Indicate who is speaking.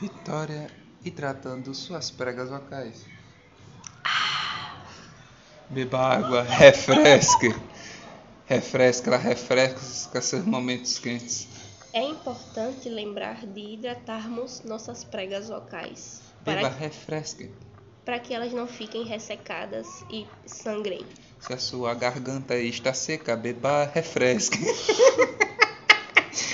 Speaker 1: Vitória e tratando suas pregas vocais. Beba água, refresque. Refresca, ela refresca seus momentos quentes.
Speaker 2: É importante lembrar de hidratarmos nossas pregas vocais
Speaker 1: Beba,
Speaker 2: para,
Speaker 1: refresque.
Speaker 2: para que elas não fiquem ressecadas e sangrem.
Speaker 1: Se a sua garganta está seca, beba, refresque.